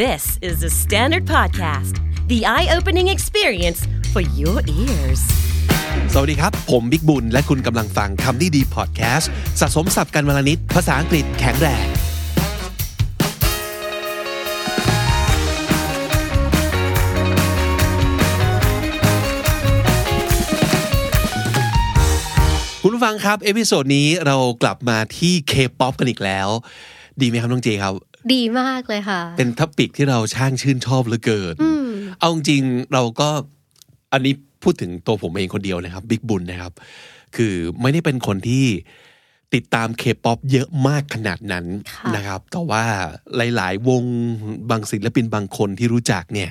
This is the Standard Podcast, the eye opening experience for your ears. สวัสดีครับ ผมบิ๊กบุญ และคุณกำลังฟังคำนี้ดีพอดแคสต์สะสมสับกันวลนิด ภาษาอังกฤษแข็งแรง คุณผู้ฟังครับ เอพิโซดนี้เรากลับมาที่ K-POP กันอีกแล้ว ดีไหมครับน้องเจครับ ดีมากเลยค่ะ เป็นท็อปิกที่เราช่างชื่นชอบเหลือเกิน เอาจริงๆเราก็อันนี้พูดถึงตัวผมเองคนเดียวนะครับบิ๊กบุญนะครับ คือไม่ได้เป็นคนที่ติดตามเคป๊อปเยอะมากขนาดนั้น ค่ะ นะครับ แต่ว่าหลาย ๆ วงบางศิลปินบางคนที่รู้จักเนี่ย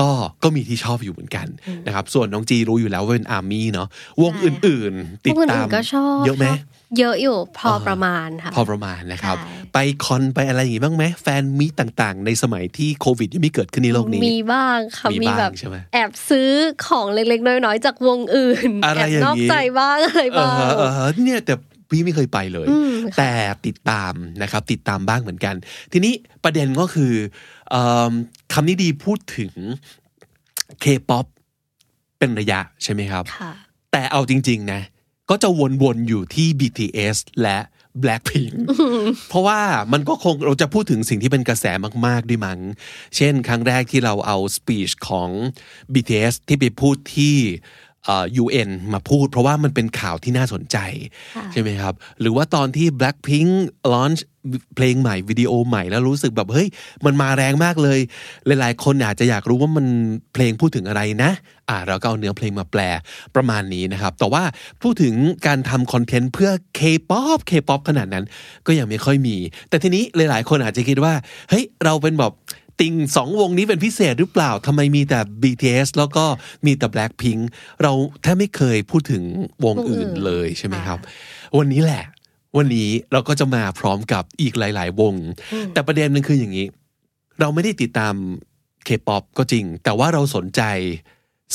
ก็ก็มีที่ชอบอยู่เหมือนกันนะครับ ส่วนน้องจีรู้อยู่แล้วว่าเป็นอาร์มี่เนาะวงอื่น ๆ ติด พวก ตาม อื่นๆก็ชอบ เยอะไหม ชอบเยอะอยู่พอ เออ ประมาณค่ะ พอประมาณนะครับ ใช่ ไปคอนไปอะไรอย่างงี้บ้างไหมแฟนมีตต่างๆ ในสมัยที่โควิดยังไม่เกิดขึ้นในโลกนี้ มีบ้างค่ะ มี มี บ้าง แบบ ใช่ไหม แอบซื้อของเล็กๆ น้อยๆ จากวงอื่น อะไร แอบ อย่าง นอก นี้ ใจบ้างอะไร เอ บ้า อง ฮะเออฮะเนี่ยแต่พี่ไม่เคยไปเลย อืมค่ะ แต่ติดตามนะครับ ติดตามบ้างเหมือนกัน ทีนี้ประเด็นก็คือเอิ่มคำนี้ดีพูดถึง K-POP เป็นระยะใช่ไหมครับ ค่ะ แต่เอาจริง ๆ นะ ก็จะวนๆ อยู่ที่ BTS และ Blackpink เพราะว่ามันก็คงเราจะพูดถึงสิ่งที่เป็นกระแสมากๆด้วยมั้ง เช่นครั้งแรกที่เราเอาสปีชของ BTS ที่ไปพูดที่เอ่อ UN มาพูด เพราะว่ามันเป็นข่าวที่น่าสนใจ ใช่ไหมครับ หรือว่าตอนที่ Blackpink launch เพลงใหม่วิดีโอใหม่แล้วรู้สึกแบบเฮ้ย มันมาแรงมากเลย หลายๆ คนอาจจะอยากรู้ว่ามันเพลงพูดถึงอะไรนะ อ่าเราก็เอาเนื้อเพลงมาแปลประมาณนี้นะครับ แต่ว่าพูดถึงการทำคอนเทนต์เพื่อ K-POP K-POP ขนาดนั้นก็ยังไม่ค่อยมี แต่ทีนี้หลายๆ คนอาจจะคิดว่า เฮ้ย เราเป็นแบบติงสองวงนี้เป็นพิเศษหรือเปล่าทำไมมีแต่ BTS แล้วก็มีแต่ Blackpink เราแทบไม่เคยพูดถึงวงอื่นเลยใช่ไหมครับ วันนี้แหละ วันนี้เราก็จะมาพร้อมกับอีกหลาย ๆ วง แต่ประเด็นหนึงคืออย่างนี้ เราไม่ได้ติดตามเคป๊อปก็จริง แต่ว่าเราสนใจ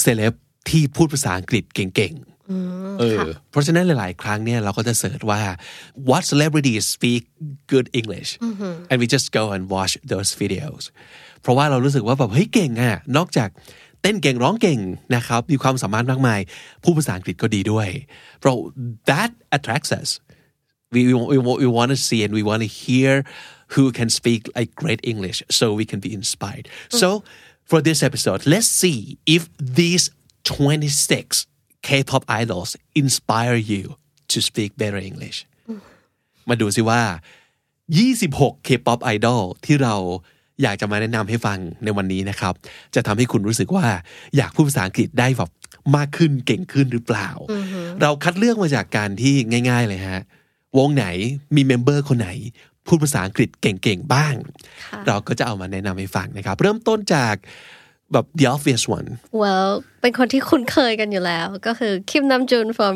เซเลบที่พูดภาษาอังกฤษเก่ง อืม ๆเออ ค่ะ เพราะฉะนั้นหลาย ๆ ครั้งเนี่ยเราก็จะเสิร์ชว่า what celebrities speak good English and we just go and watch those videos เพราะว่าเรารู้สึกว่าแบบเฮ้ยเก่งอะนอกจากเต้นเก่งร้องเก่งนะครับ มีความสามารถมากมายพูดภาษาอังกฤษก็ดีด้วย เพราะ that attracts us we we want, we, want, we want to see and we want to hear who can speak like great English so we can be inspired. So for this episode, let's see if these 26 K-pop idols inspire you to speak better English. มาดูสิว่า 26 K-pop idol ที่เราอยากจะมาแนะนำให้ฟังในวันนี้นะครับ จะทำให้คุณรู้สึกว่าอยากพูดภาษาอังกฤษได้แบบมากขึ้นเก่งขึ้นหรือเปล่า เราคัดเลือกมาจากการที่ง่าย ๆ เลยฮะ วงไหนมีเมมเบอร์คนไหน พูดภาษาอังกฤษเก่ง ๆ บ้าง ค่ะ เราก็จะเอามาแนะนำให้ฟังนะครับ เริ่มต้นจากแบบ the obvious one well เป็นคนที่คุ้นเคยกันอยู่แล้ว ก็คือคิมนัมจุน from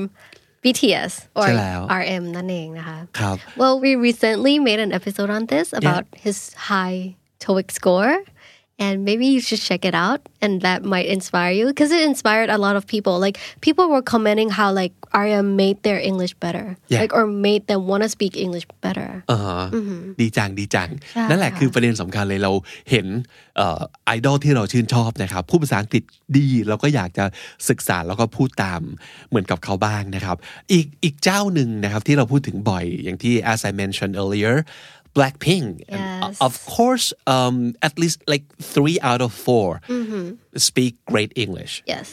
BTS or ใช่แล้ว RM นั่นเองนะคะ ครับ Well, we recently made an episode on this about his high TOEIC score. And maybe you should check it out and that might inspire you because it inspired a lot of people. Like people were commenting how like Arya made their English better. Yeah. Like or made them want to speak English better. อ่าฮะดีจังดีจัง ใช่ นั่นแหละ ค่ะ คือประเด็นสำคัญเลยเราเห็นไอดอลที่เราชื่นชอบนะครับพูดภาษาอังกฤษดีเราก็อยากจะศึกษาแล้วก็พูดตามเหมือนกับเขาบ้างนะครับ อีกอีกเจ้าหนึ่งนะครับที่เราพูดถึงบ่อยอย่างที่ as I mentioned earlier Blackpink and Yes. of course um, at least like three out of four speak great English Yes.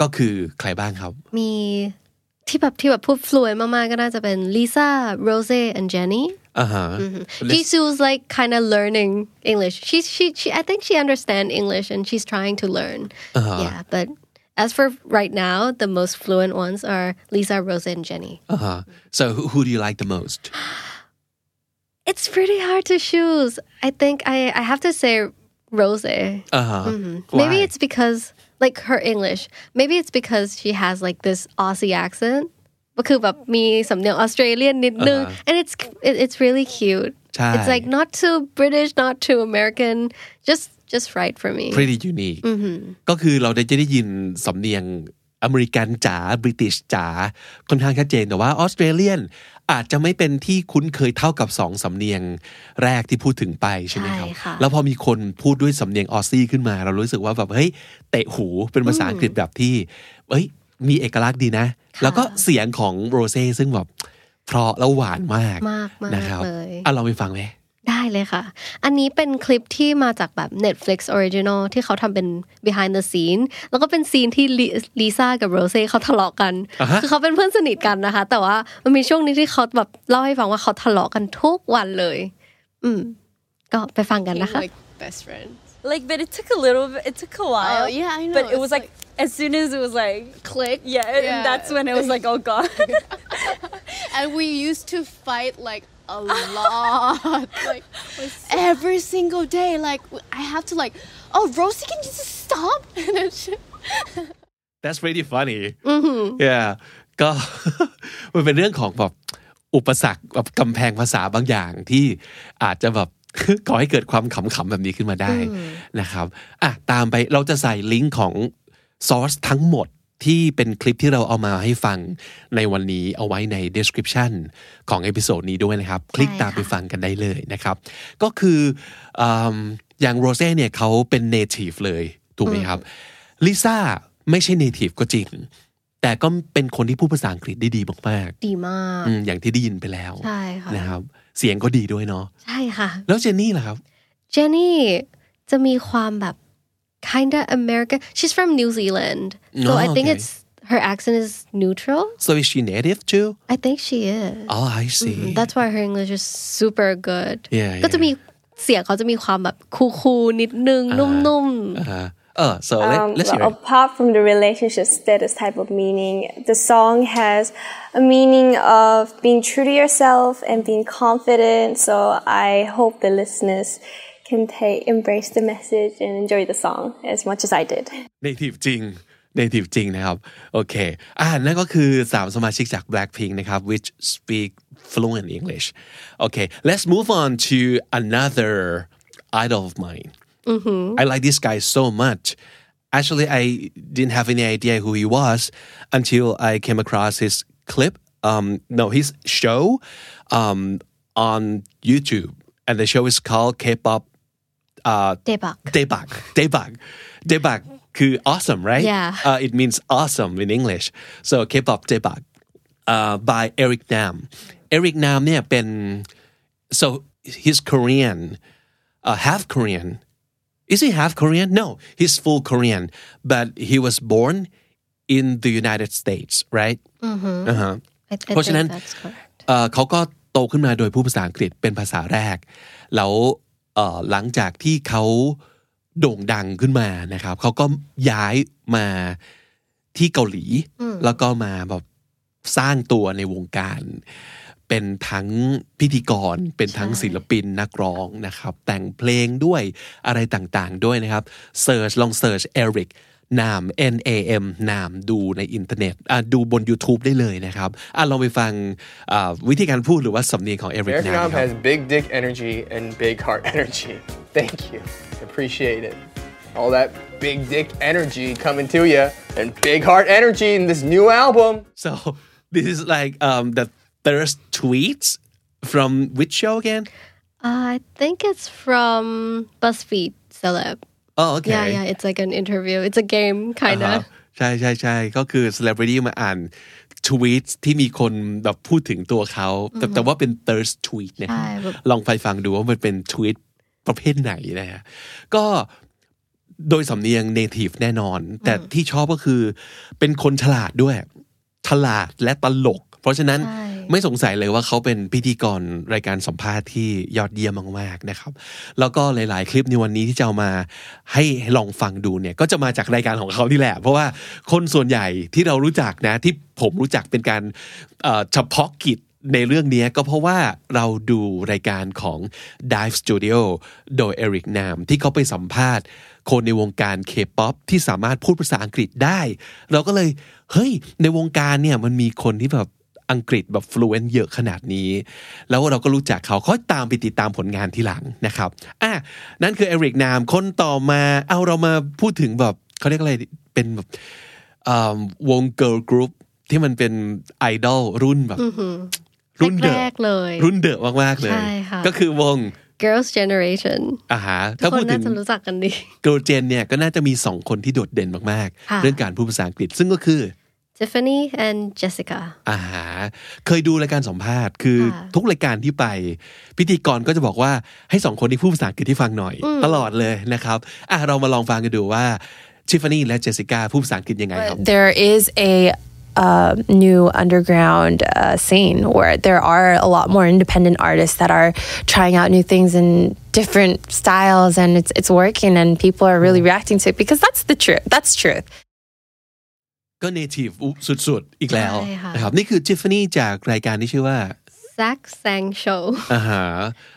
ก็คือใครบ้างครับ มีที่แบบที่แบบพูด fluent มากๆก็น่าจะเป็น Lisa, Rose and Jenny. อ่าฮะ Jisoo's like kind of learning English. She she she. I think she understands English and she's trying to learn. Yeah, but as for right now, the most fluent ones are Lisa, Rosa, and Jenny. อ่าฮะ so who- who do you like the most It's pretty hard to choose. I think I I have to say Rose. อ่าฮะ Maybe Why? it's because like her English. Maybe it's because she has like this Aussie accent. ก็คือแบบมีสำเนียง Australian นิดนึง and it's it, it's really cute. ใช่ It's like not too British, not too American, just just right for me. pretty unique ก็คือเราได้จะได้ยินสำเนียง อเมริกันจ๋าบริติชจ๋าค่อนข้างชัดเจนแต่ว่าออสเตรเลียนอาจจะไม่เป็นที่คุ้นเคยเท่ากับสองสำเนียงแรกที่พูดถึงไปใช่ไหมครับ ใช่ค่ะ แล้วพอมีคนพูดด้วยสำเนียงออสซี่ขึ้นมา เรารู้สึกว่าแบบเฮ้ยเตะหูเป็นภาษาอังกฤษแบบที่เอ้ย มีเอกลักษณ์ดีนะ แล้วก็เสียงของโรเซ่ซึ่งแบบเพราะแล้วหวานมาก มากมาก นะครับ เลย อ่ะเราไปฟังไหม ได้เลยค่ะ อันนี้เป็นคลิปที่มาจากแบบ Netflix Original ที่เขาทำเป็น behind the scene แล้วก็เป็นซีนที่ลิลิซ่ากับโรเซ่เขาทะเลาะกัน อ่าฮะ คือเขาเป็นเพื่อนสนิทกันนะคะ แต่ว่ามันมีช่วงนี้ที่เขาแบบเล่าให้ฟังว่าเขาทะเลาะกันทุกวันเลย อืม ก็ไปฟังกันนะคะ like best friends. Like, but it took a little bit. It took a while. Oh, yeah, I know, But it it's was like, like- as soon as it was like click. Yeah, Yeah. and that's when it was like, oh god. And we used to fight like a lot, like every single day. Like I have to like, oh Rosie, can you just stop? And then she, That's really funny yeah ก็ มันเป็นเรื่องของแบบอุปสรรคแบบกำแพงภาษาบางอย่างที่อาจจะแบบ ก่อให้เกิดความขำๆแบบนี้ขึ้นมาได้นะครับอ่ะตามไปเราจะใส่ลิงก์ของซอสทั้งหมดที่เป็นคลิปที่เราเอามาให้ฟังในวันนี้เอาไว้ใน description ของเอพิโซดนี้ด้วยนะครับ คลิกตามไปฟังกันได้เลยนะครับ ก็คืออืมอย่างโรเซ่เนี่ยเขาเป็น native เลย ถูกไหมครับ ลิซ่าไม่ใช่ native ก็จริง แต่ก็เป็นคนที่พูดภาษาอังกฤษได้ดีมาก ดีมาก ๆอืมอย่างที่ได้ยินไปแล้ว ใช่ค่ะ นะครับ เสียงก็ดีด้วยเนาะ ใช่ค่ะ แล้วเจนนี่ล่ะครับ Jenny จะมีความแบบ kinda American she's from New Zealand so Oh, I think okay. it's her accent is neutral so is she native too I think she is oh I see That's why her English is super good Yeah, ก็จะ yeah. มีเสียงเขาจะมีความแบบคูลๆนิดนึง นุ่ม อ่าเออ so let, let's hear Um, Well, it. apart from the relationship status type of meaning, the song has a meaning of being true to yourself and being confident. So I hope the listeners can take embrace the message and enjoy the song as much as I did. native จริง native จริงนะครับ โอเค อ่านั่นก็คือ 3 สมาชิกจาก Blackpink นะครับ which speak fluent English โอเค let's move on to another idol of mine I like this guy so much actually I didn't have any idea who he was until I came across his clip um no his show um on YouTube and the show is called K-pop ๆ เดบัก debug debug debug คือ awesome right Yeah. uh, it means awesome in English so K-pop debug uh, by Eric Nam Eric Nam เนี่ยเป็น so he's Korean uh, half Korean is he half Korean no he's full Korean but he was born in the United States right อ่าฮะ I- I เพราะฉะนั้น think that's correct เอ่อเขาก็โตขึ้นมาโดยผู้ภาษาอังกฤษเป็นภาษาแรก แล้วเอ่อหลังจากที่เขาโด่งดังขึ้นมานะครับ เขาก็ย้ายมาที่เกาหลี แล้วก็มาแบบสร้างตัวในวงการ เป็นทั้งพิธีกร เป็นทั้งศิลปินนักร้องนะครับ แต่งเพลงด้วยอะไรต่างๆด้วยนะครับเซิร์ชลองเซิร์ช Eric นาม N A M นามดูในอินเทอร์เน็ตอ่ะดูบน YouTube ได้เลยนะครับอ่ะลองไปฟังอ่ะวิธีการพูดหรือว่าสำเนียงของ Eric Eric Nam Nam ครับ has big dick energy and big heart energy. Thank you. Appreciate it. All that big dick energy coming to you and big heart energy in this new album. so this is like um, the first tweet from which show again Uh, I think it's from BuzzFeed celeb oh okay Uh-huh. yeah yeah it's like an interview it's a game kind อ่า of ฮะใช่ใช่ใช่ก็คือ celebrity มาอ่านทวีตที่มีคนแบบพูดถึงตัวเขาแต่แต่ว่าเป็น thirst tweet นะฮะ ใช่แบบ ลองไปฟังดูว่ามันเป็นทวีตประเภทไหนนะฮะก็โดยสำเนียง native แน่นอน แต่ที่ชอบก็คือเป็นคนฉลาดด้วย ฉลาดและตลก เพราะฉะนั้น ใช่ ไม่สงสัยเลยว่าเขาเป็นพิธีกรรายการสัมภาษณ์ที่ยอดเยี่ยมมากๆนะครับ แล้วก็หลาย ๆ คลิปในวันนี้ที่จะเอามาให้ลองฟังดูเนี่ย ก็จะมาจากรายการของเขาที่แหละ เพราะว่าคนส่วนใหญ่ที่เรารู้จักนะ ที่ผมรู้จักเป็นการเอ่อเฉพาะกิจในเรื่องนี้ก็เพราะว่าเราดูรายการของ Dive Studio โดย Eric Nam ที่เขาไปสัมภาษณ์ คนในวงการเคป๊อปที่สามารถพูดภาษาอังกฤษได้ เราก็เลย เฮ้ย ในวงการเนี่ยมันมีคนที่แบบอังกฤษแบบ fluent เยอะขนาดนี้ แล้วเราก็รู้จักเขาค่อยตามไปติดตามผลงานทีหลังนะครับอ่ะนั่นคือเอริกนามคนต่อมาเอาเรามาพูดถึงแบบเขาเรียกอะไรเป็นแบบ เอิ่มวงเกิร์ลกรุ๊ปที่มันเป็นไอดอลรุ่นแบบ รุ่นเดอะ แรกๆเลย รุ่นเดอะมากๆเลย ใช่ค่ะ ก็คือวง Girls Generation อาหา ทุ ถ้าก ค พูด น ถึ น่าง จะรู้จักกันดี เกิร์ลเจนเนี่ยก็น่าจะมีสองคนที่โดดเด่นมาก ค่ะ ๆ เรื่องการพูดภาษาอังกฤษซึ่งก็คือ Tiffany and Jessica อาหารเคยดูรายการสัมภาษณ์คือ ค่ะ ทุกรายการที่ไป พิธีกรก็จะบอกว่าให้สองคนนี้พูดภาษาอังกฤษที่ฟังหน่อย ตลอดเลยนะครับอ่ะเรามาลองฟังกันดูว่าชิฟฟานี่และเจสสิก้าพูดภาษาอังกฤษยังไงครับ there is a uh, new underground uh, scene where there are a lot more independent artists that are trying out new things in different styles, and it's it's working, and people are really reacting to it because that's the truth. That's truth. ก็เนทีฟสุดๆ อีกแล้ว ใช่ค่ะ นะครับนี่คือชิฟฟานี่จากรายการที่ชื่อว่า Zack Sang Show อาหา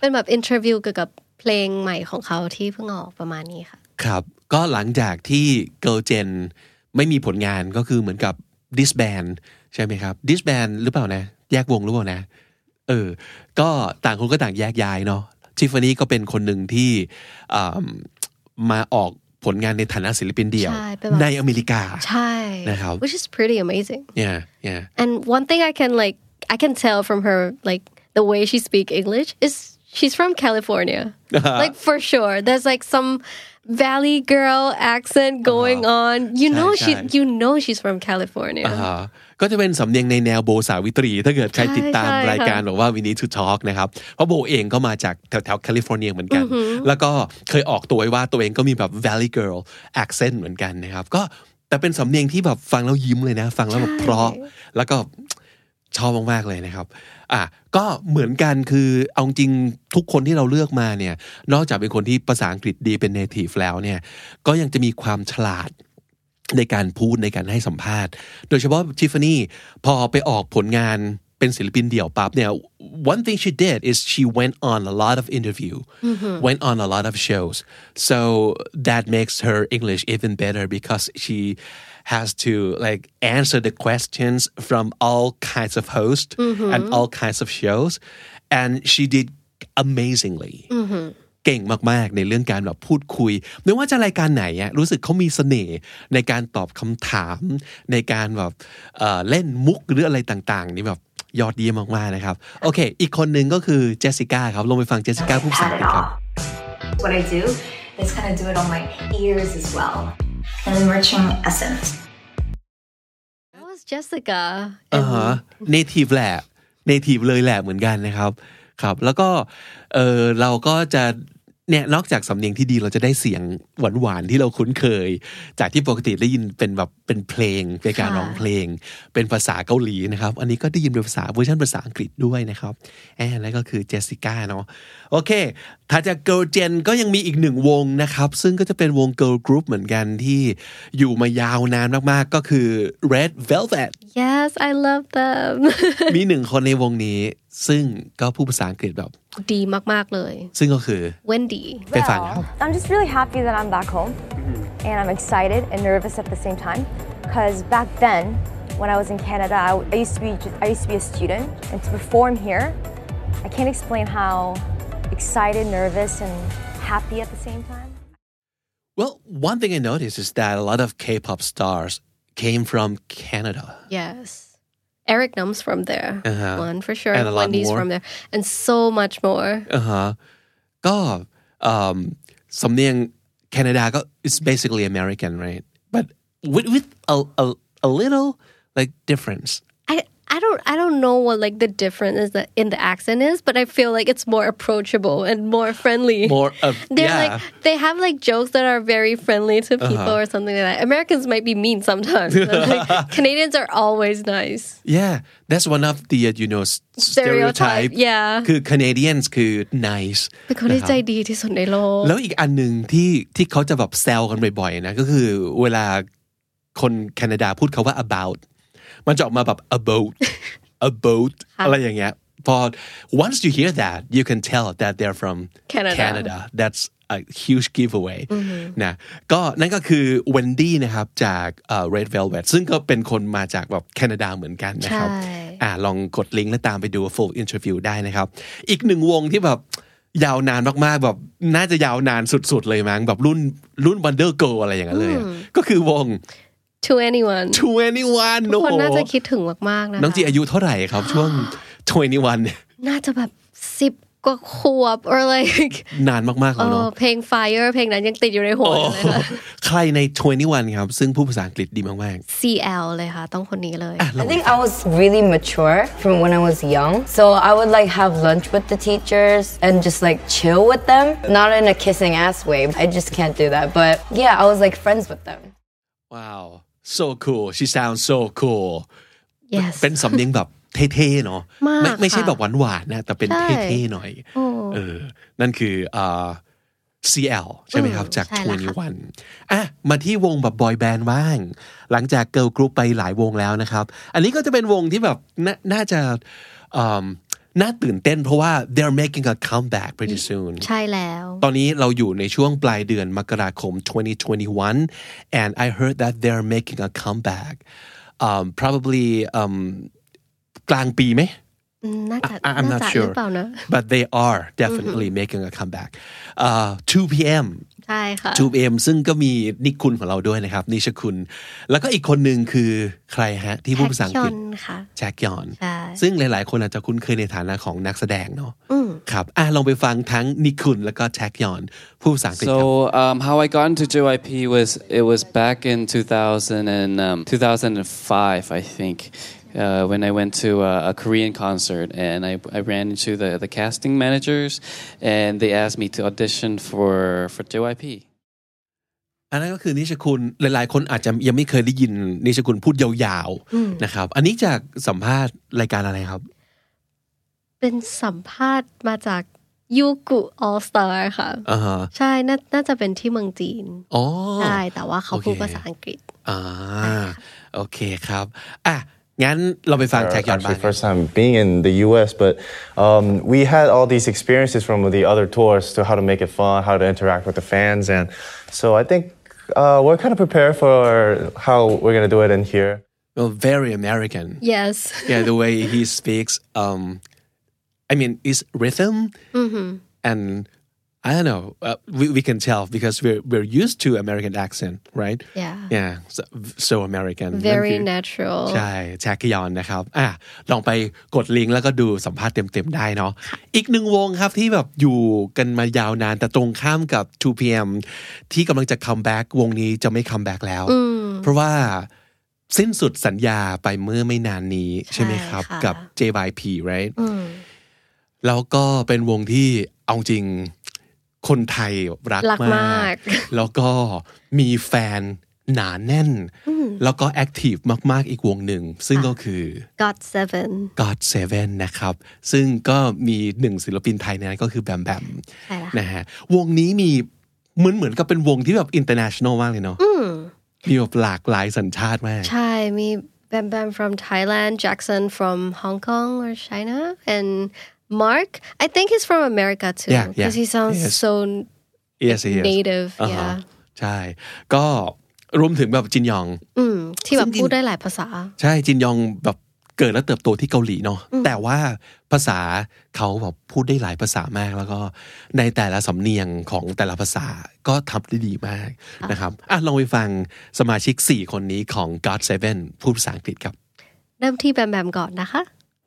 เป็นแบบอินเทอร์วิวเกี่ยวกับเพลงใหม่ของเขาที่เพิ่งออกประมาณนี้ค่ะ ครับ ก็หลังจากที่เกิร์ลเจนไม่มีผลงานก็คือเหมือนกับดิสแบนใช่ไหมครับดิสแบนหรือเปล่านะ แยกวงหรือเปล่านะ เออ ก็ต่างคนก็ต่างแยกย้ายเนาะทิฟฟานี่ก็เป็นคนหนึ่งที่อ่ำมาออกผลงานในฐานะศิลปินเดี่ยว ใช่เป็นแบบ ในอเมริกา ใช่ นะครับ which is pretty amazing เนี่ยเนี่ย And one thing I can like I can tell from her like the way she speak English is she's from California. like for sure. There's like some valley girl accent going on. You know she Uh-huh. shy. Uh-huh. you know she's from อ California. ่าก็จะเป็นสำเนียงในแนวโบสาวิตรี ถ้าเกิดใครติดตาม ใช่ใช่ รายการบอกว่าวินิ d to Talk นะครับ เพราะโบเองก็มาจากแถวๆแคลิฟอร์เนียเหมือนกัน แล้วก็เคยออกตัวไว้ว่าตัวเองก็มีแบบ Valley Girl accent เหมือนกันนะครับ ก็แต่เป็นสำเนียงที่แบบฟังแล้วยิ้มเลยนะ ฟังแล้วแบบเพราะ แล้วก็ ชอบมาก ๆ เลยนะครับ อ่ะ ก็เหมือนกันคือ เอาจริงทุกคนที่เราเลือกมาเนี่ย นอกจากเป็นคนที่ภาษาอังกฤษดีเป็น native แล้วเนี่ย ก็ยังจะมีความฉลาดในการพูดในการให้สัมภาษณ์ โดยเฉพาะทิฟฟานี่พอไปออกผลงานเป็นศิลปินเดี่ยวปั๊บเนี่ย one thing she did is she went on a lot of interview went on a lot of shows so that makes her English even better because she has to like answer the questions from all kinds of hosts and all kinds of shows and she did amazingly เก่งมาก ๆ ในเรื่องการแบบพูดคุย ไม่ว่าจะรายการไหนอะรู้สึกเขามีเสน่ห์ในการตอบคำถาม ในการแบบเอ่อเล่นมุกหรืออะไรต่าง ๆ นี่แบบยอดเยี่ยมมาก ๆ นะครับ โอเค อีกคนหนึ่งก็คือเจสสิก้าครับ ลองไปฟังเจสสิก้าพูดภาษาอังกฤษครับ What I do is kind of do it on my ears as well. An enriching essence. That was Jessica. อ่าฮะเนทีฟแหละเนทีฟเลยแหละเหมือนกันนะครับครับ แล้วก็เออเราก็จะเนี่ยนอกจากสำเนียงที่ดีเราจะได้เสียงหวานๆที่เราคุ้นเคย จากที่ปกติได้ยินเป็นแบบเป็นเพลงเป็นการร้องเพลง เป็นภาษาเกาหลีนะครับ อันนี้ก็ได้ยินเป็นภาษาเวอร์ชันภาษาอังกฤษด้วยนะครับแอนแล้วก็คือเจสสิก้าเนาะโอเคถ้าจากเกิร์ลเจนก็ยังมีอีกหนึ่งวงนะครับ ซึ่งก็จะเป็นวงเกิร์ลกรุ๊ปเหมือนกันที่อยู่มายาวนานมากๆก็คือ Red Velvet Yes, I love them. มีหนึ่งคนในวงนี้ ซึ่งก็พูดภาษาอังกฤษแบบ ดีมากๆเลย ซึ่งก็คือ Wendy. ไปฟังครับ I'm just really happy that I'm back home and I'm excited and nervous at the same time because back then when I was in Canada I, I used to be just, I used to be a student and to perform here I can't explain how excited, nervous and happy at the same time. well one thing I noticed is that a lot of K-pop stars came from Canada Yes. Eric Num's from there. Uh-huh. One for sure. And a lot Wendy's more. from there. And so much more. อ่าฮะก็อืมสำเนียงแคนาดาก็ it's basically American right but with with a a, a little like difference I I don't I don't know what like the difference is that in the accent is, but I feel like it's more approachable and more friendly. more of They're yeah Uh-huh. like they have like jokes that are very friendly to people or something like that. Americans might be mean sometimes. but, like, Canadians are always nice. yeah that's one of the uh, you know s- stereotype yeah. คือ Canadians คือ nice เป็นคน Uh-huh. ที่ใจดีที่สุดในโลก แล้วอีกอันหนึ่งที่ที่เขาจะแบบแซวกันบ่อยๆนะก็คือเวลาคนแคนาดาพูดคาว่า about มันจะออกมาแบบ about about อะไรอย่างเงี้ยพอ once you hear that you can tell that they're from Canada. Canada that's a huge giveaway นะก็นั่นก็คือ Wendy นะครับจากเอ่อ Red Velvet ซึ่งก็เป็นคนมาจากแบบแคนาดาเหมือนกันนะครับ ใช่ อ่าลองกดลิงก์และตามไปดู full interview ได้นะครับ อีกหนึ่งวงที่แบบยาวนานมากๆ แบบน่าจะยาวนานสุดๆเลยมั้งแบบรุ่นรุ่น Wonder Girl อะไรอย่างเงี้ยเลยอะก็คือวง to anyone to anyone ทุก โอ้ คน โห น่าจะคิดถึงมากๆนะคะ น้องจีอายุเท่าไหร่ครับ ช่วง 21เนี่ย น่าจะแบบสิบกว่าขวบ or like นานมากๆ เอ แล้วเนาะ อเพลง Fire เพลงนั้นยังติดอยู่ในหัวอยู่เลยค่ะ ใครใน 21 ครับ ซึ่งผู้ภาษาอังกฤษดีมาก CL เลยค่ะ ต้องคนนี้เลย I think I was really mature from when I was young. So I would like have lunch with the teachers and just like chill with them. Not in a kissing ass way. I just can't do that. But yeah, I was like friends with them. ๆ ว้าว so cool she sounds so cool Yes เป็นสำเนียงแบบเท่ๆเนาะ มาก ไม่ไม่ใช่ ค่ะ แบบหวานๆนะ แต่เป็น ใช่ เท่ๆหน่อย โอ้ เออนั่นคืออ่า CL ใช่ไหมครับ จาก ใช่แล้วค่ะ 21 อ่ะ มาที่วงแบบบอยแบนด์บ้าง หลังจากเกิร์ลกรุ๊ปไปหลายวงแล้วนะครับ อันนี้ก็จะเป็นวงที่แบบนาน่าจะอืมน่าตื่นเต้นเพราะว่า they're making a comeback pretty soon ใช่แล้ว ตอนนี้เราอยู่ในช่วงปลายเดือนมกราคม 2021 and I heard that they're making a comeback um, probably um, กลางปีไหม อืมน่าจะ I- I'm น่า not จะหรื sure อเปล่านะ but they are definitely making a comeback uh, 2 p.m. ใช่ค่ะ 2 p.m. ซึ่งก็มีนิคุณของเราด้วยนะครับ นิชคุณ แล้วก็อีกคนหนึ่งคือใครฮะ ที่พูดภาษาอังกฤษ แฮกยอนค่ะ แจ็คยอน ใช่ ซึ่งหลาย ๆ คนอาจจะคุ้นเคยในฐานะของนักแสดงเนาะ อืม ครับอ่ะลองไปฟังทั้งนิคุณแล้วก็แจ็คยอนพูดภาษาอังกฤษครับ So um, how I got into JYP was it was back in 2000 and, um, 2005, I think, uh, when I went to uh, a, a Korean concert and I, I ran into the, the casting managers and they asked me to audition for for JYP. อันนั้นก็คือนิชคุณหลาย ๆ คนอาจจะยังไม่เคยได้ยินนิชคุณพูดยาว อืม ๆนะครับ อันนี้จากสัมภาษณ์รายการอะไรครับ เป็นสัมภาษณ์มาจากยูกุ All Star ค่ะ อ่าฮะ ใช่น่าน่าจะเป็นที่เมืองจีน อ๋อ ใช่แต่ว่าเขา โอเค พูดภาษาอังกฤษ อ่าโอเคครับอ่ะงั้นเราไปฟังแท็กย้อนบ้าง actually first time being in the US, but um, we had all these experiences from the other tours to how to make it fun, how to interact with the fans, and so I think uh, we're kind of prepared for how we're gonna do it in here. Well, very American. yes yeah, the way he speaks. Um, I mean, it's rhythm, อือหือ and I don't know. Uh, we we can tell because we're we're used to American accent, right? Yeah. Yeah. So, so American. very นั่นคือ natural ใช่แจ็คยอนนะครับอ่ะลองไปกดลิงก์แล้วก็ดูสัมภาษณ์เต็มๆได้เนาะอีกหนึ่งวงครับที่แบบอยู่กันมายาวนานแต่ตรงข้ามกับ 2PM ที่กำลังจะคัมแบ็กวงนี้จะไม่คัมแบ็กแล้ว อืม เพราะว่าสิ้นสุดสัญญาไปเมื่อไม่นานนี้ใช่ไหมครับ ค่ะ กับ JYP right อืม แล้วก็เป็นวงที่เอาจริงคนไทยรัก รักมาก มาก แล้วก็มีแฟนหนาแน่น อืม แล้วก็แอคทีฟมาก ๆ อีกวงหนึ่ง ซึ่งก็คือ got seven God Seven นะครับ ซึ่งก็มีหนึ่งศิลปินไทยในนั้นก็คือแบมแบม ใช่ละ นะฮะวงนี้มีเหมือนเหมือนกับเป็นวงที่แบบ international มากเลยเนาะ อืม มีแบบหลากหลายสัญชาติมาก ใช่มี Bam Bam from Thailand Jackson from Hong Kong or China and Mark I think he's from America too Yeah, yeah. because he sounds Yes. so yes yes native อ่า yeah ฮะใช่ ก็รวมถึงแบบจินยอง อืมที่แบบ ซึ่งจริง พูดได้หลายภาษา ใช่ จินยองแบบเกิดและเติบโตที่เกาหลีเนาะ อืม แต่ว่าภาษาเขาแบบพูดได้หลายภาษามากแล้วก็ในแต่ละสำเนียงของแต่ละภาษาก็ทำได้ดีมากนะครับอ่ะลองไปฟังสมาชิก 4 คนนี้ของ God Seven พูดภาษาอังกฤษครับ เริ่มที่แบมแบมก่อนนะคะ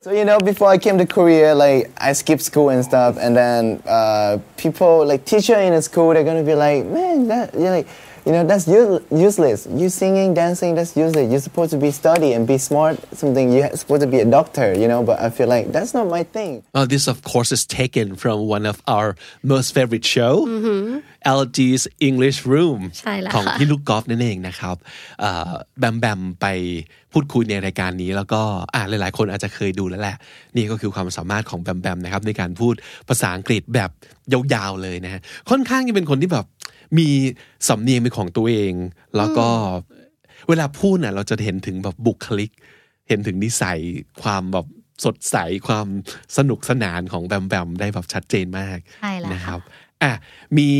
So you know, before I came to Korea, like I skipped school and stuff, and then uh, people like teacher in the school, they're gonna be like, man, that you're like, you know, that's use- useless. You singing, dancing, that's useless. You're supposed to be study and be smart. Something you're supposed to be a doctor, you know. But I feel like that's not my thing. Oh, this of course is taken from one of our most favorite show อือหือ LG's English Room ใช่แล้ว ของ ค่ะ พี่ลูกกอล์ฟนั่นเองนะครับเอ่อแบมแบมไปพูดคุยในรายการนี้ แล้วก็อ่าหลาย ๆ คนอาจจะเคยดูแล้วแหละ นี่ก็คือความสามารถของแบมแบมนะครับในการพูดภาษาอังกฤษแบบยาวๆเลยนะฮะค่อนข้างจะเป็นคนที่แบบมีสำเนียงเป็นของตัวเอง แล้วก็เวลาพูดน่ะเราจะเห็นถึงแบบบุคลิก เห็นถึงนิสัยความแบบสดใสความสนุกสนานของแบมแบมได้แบบชัดเจนมาก ใช่แล้ว นะครับอ่ะมี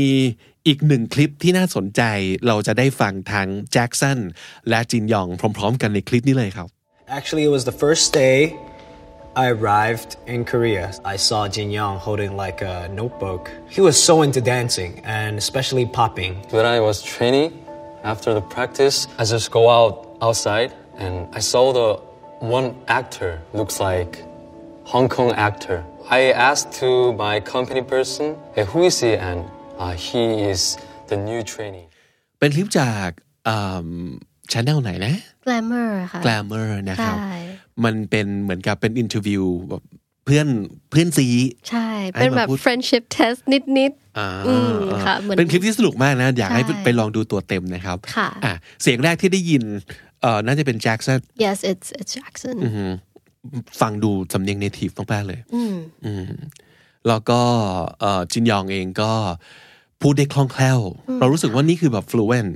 อีกหนึ่งคลิปที่น่าสนใจ เราจะได้ฟังทั้งแจ็คสันและจินยองพร้อม ๆ กันในคลิปนี้เลยครับ Actually, it was the first day I arrived in Korea. I saw Jin Young holding like a notebook. He was so into dancing and especially popping. When I was training, After the practice, I just go out outside and I saw the one actor looks like Hong Kong actor. I asked to my company person, hey, who is he? And uh, he is the new trainee. เป็นคลิปจากชแนลไหนนะ glamour ค่ะ Glamour นะครับ ใช่ มันเป็นเหมือนกับเป็นอินเทอร์วิวแบบเพื่อนเพื่อนซี ใช่ เป็นแบให้บมาพูด friendship test นิด อ่า อืมค่ะเหมือน เป็นคลิปที่สนุกมากนะ อยากให้ ใช่ ไปลองดูตัวเต็มนะครับ ๆ ค่ะ อ่ะเสียงแรกที่ได้ยินเอ่อน่าจะเป็นแจ็คสัน yes it's it's Jackson อือหือฟังดูสำเนียงเนทีฟมากๆเลย อืม อืมแล้วก็เอ่อจินยองเองก็พูดได้คล่องแคล่ว อืม เรารู้สึกว่านี่คือแบบ fluent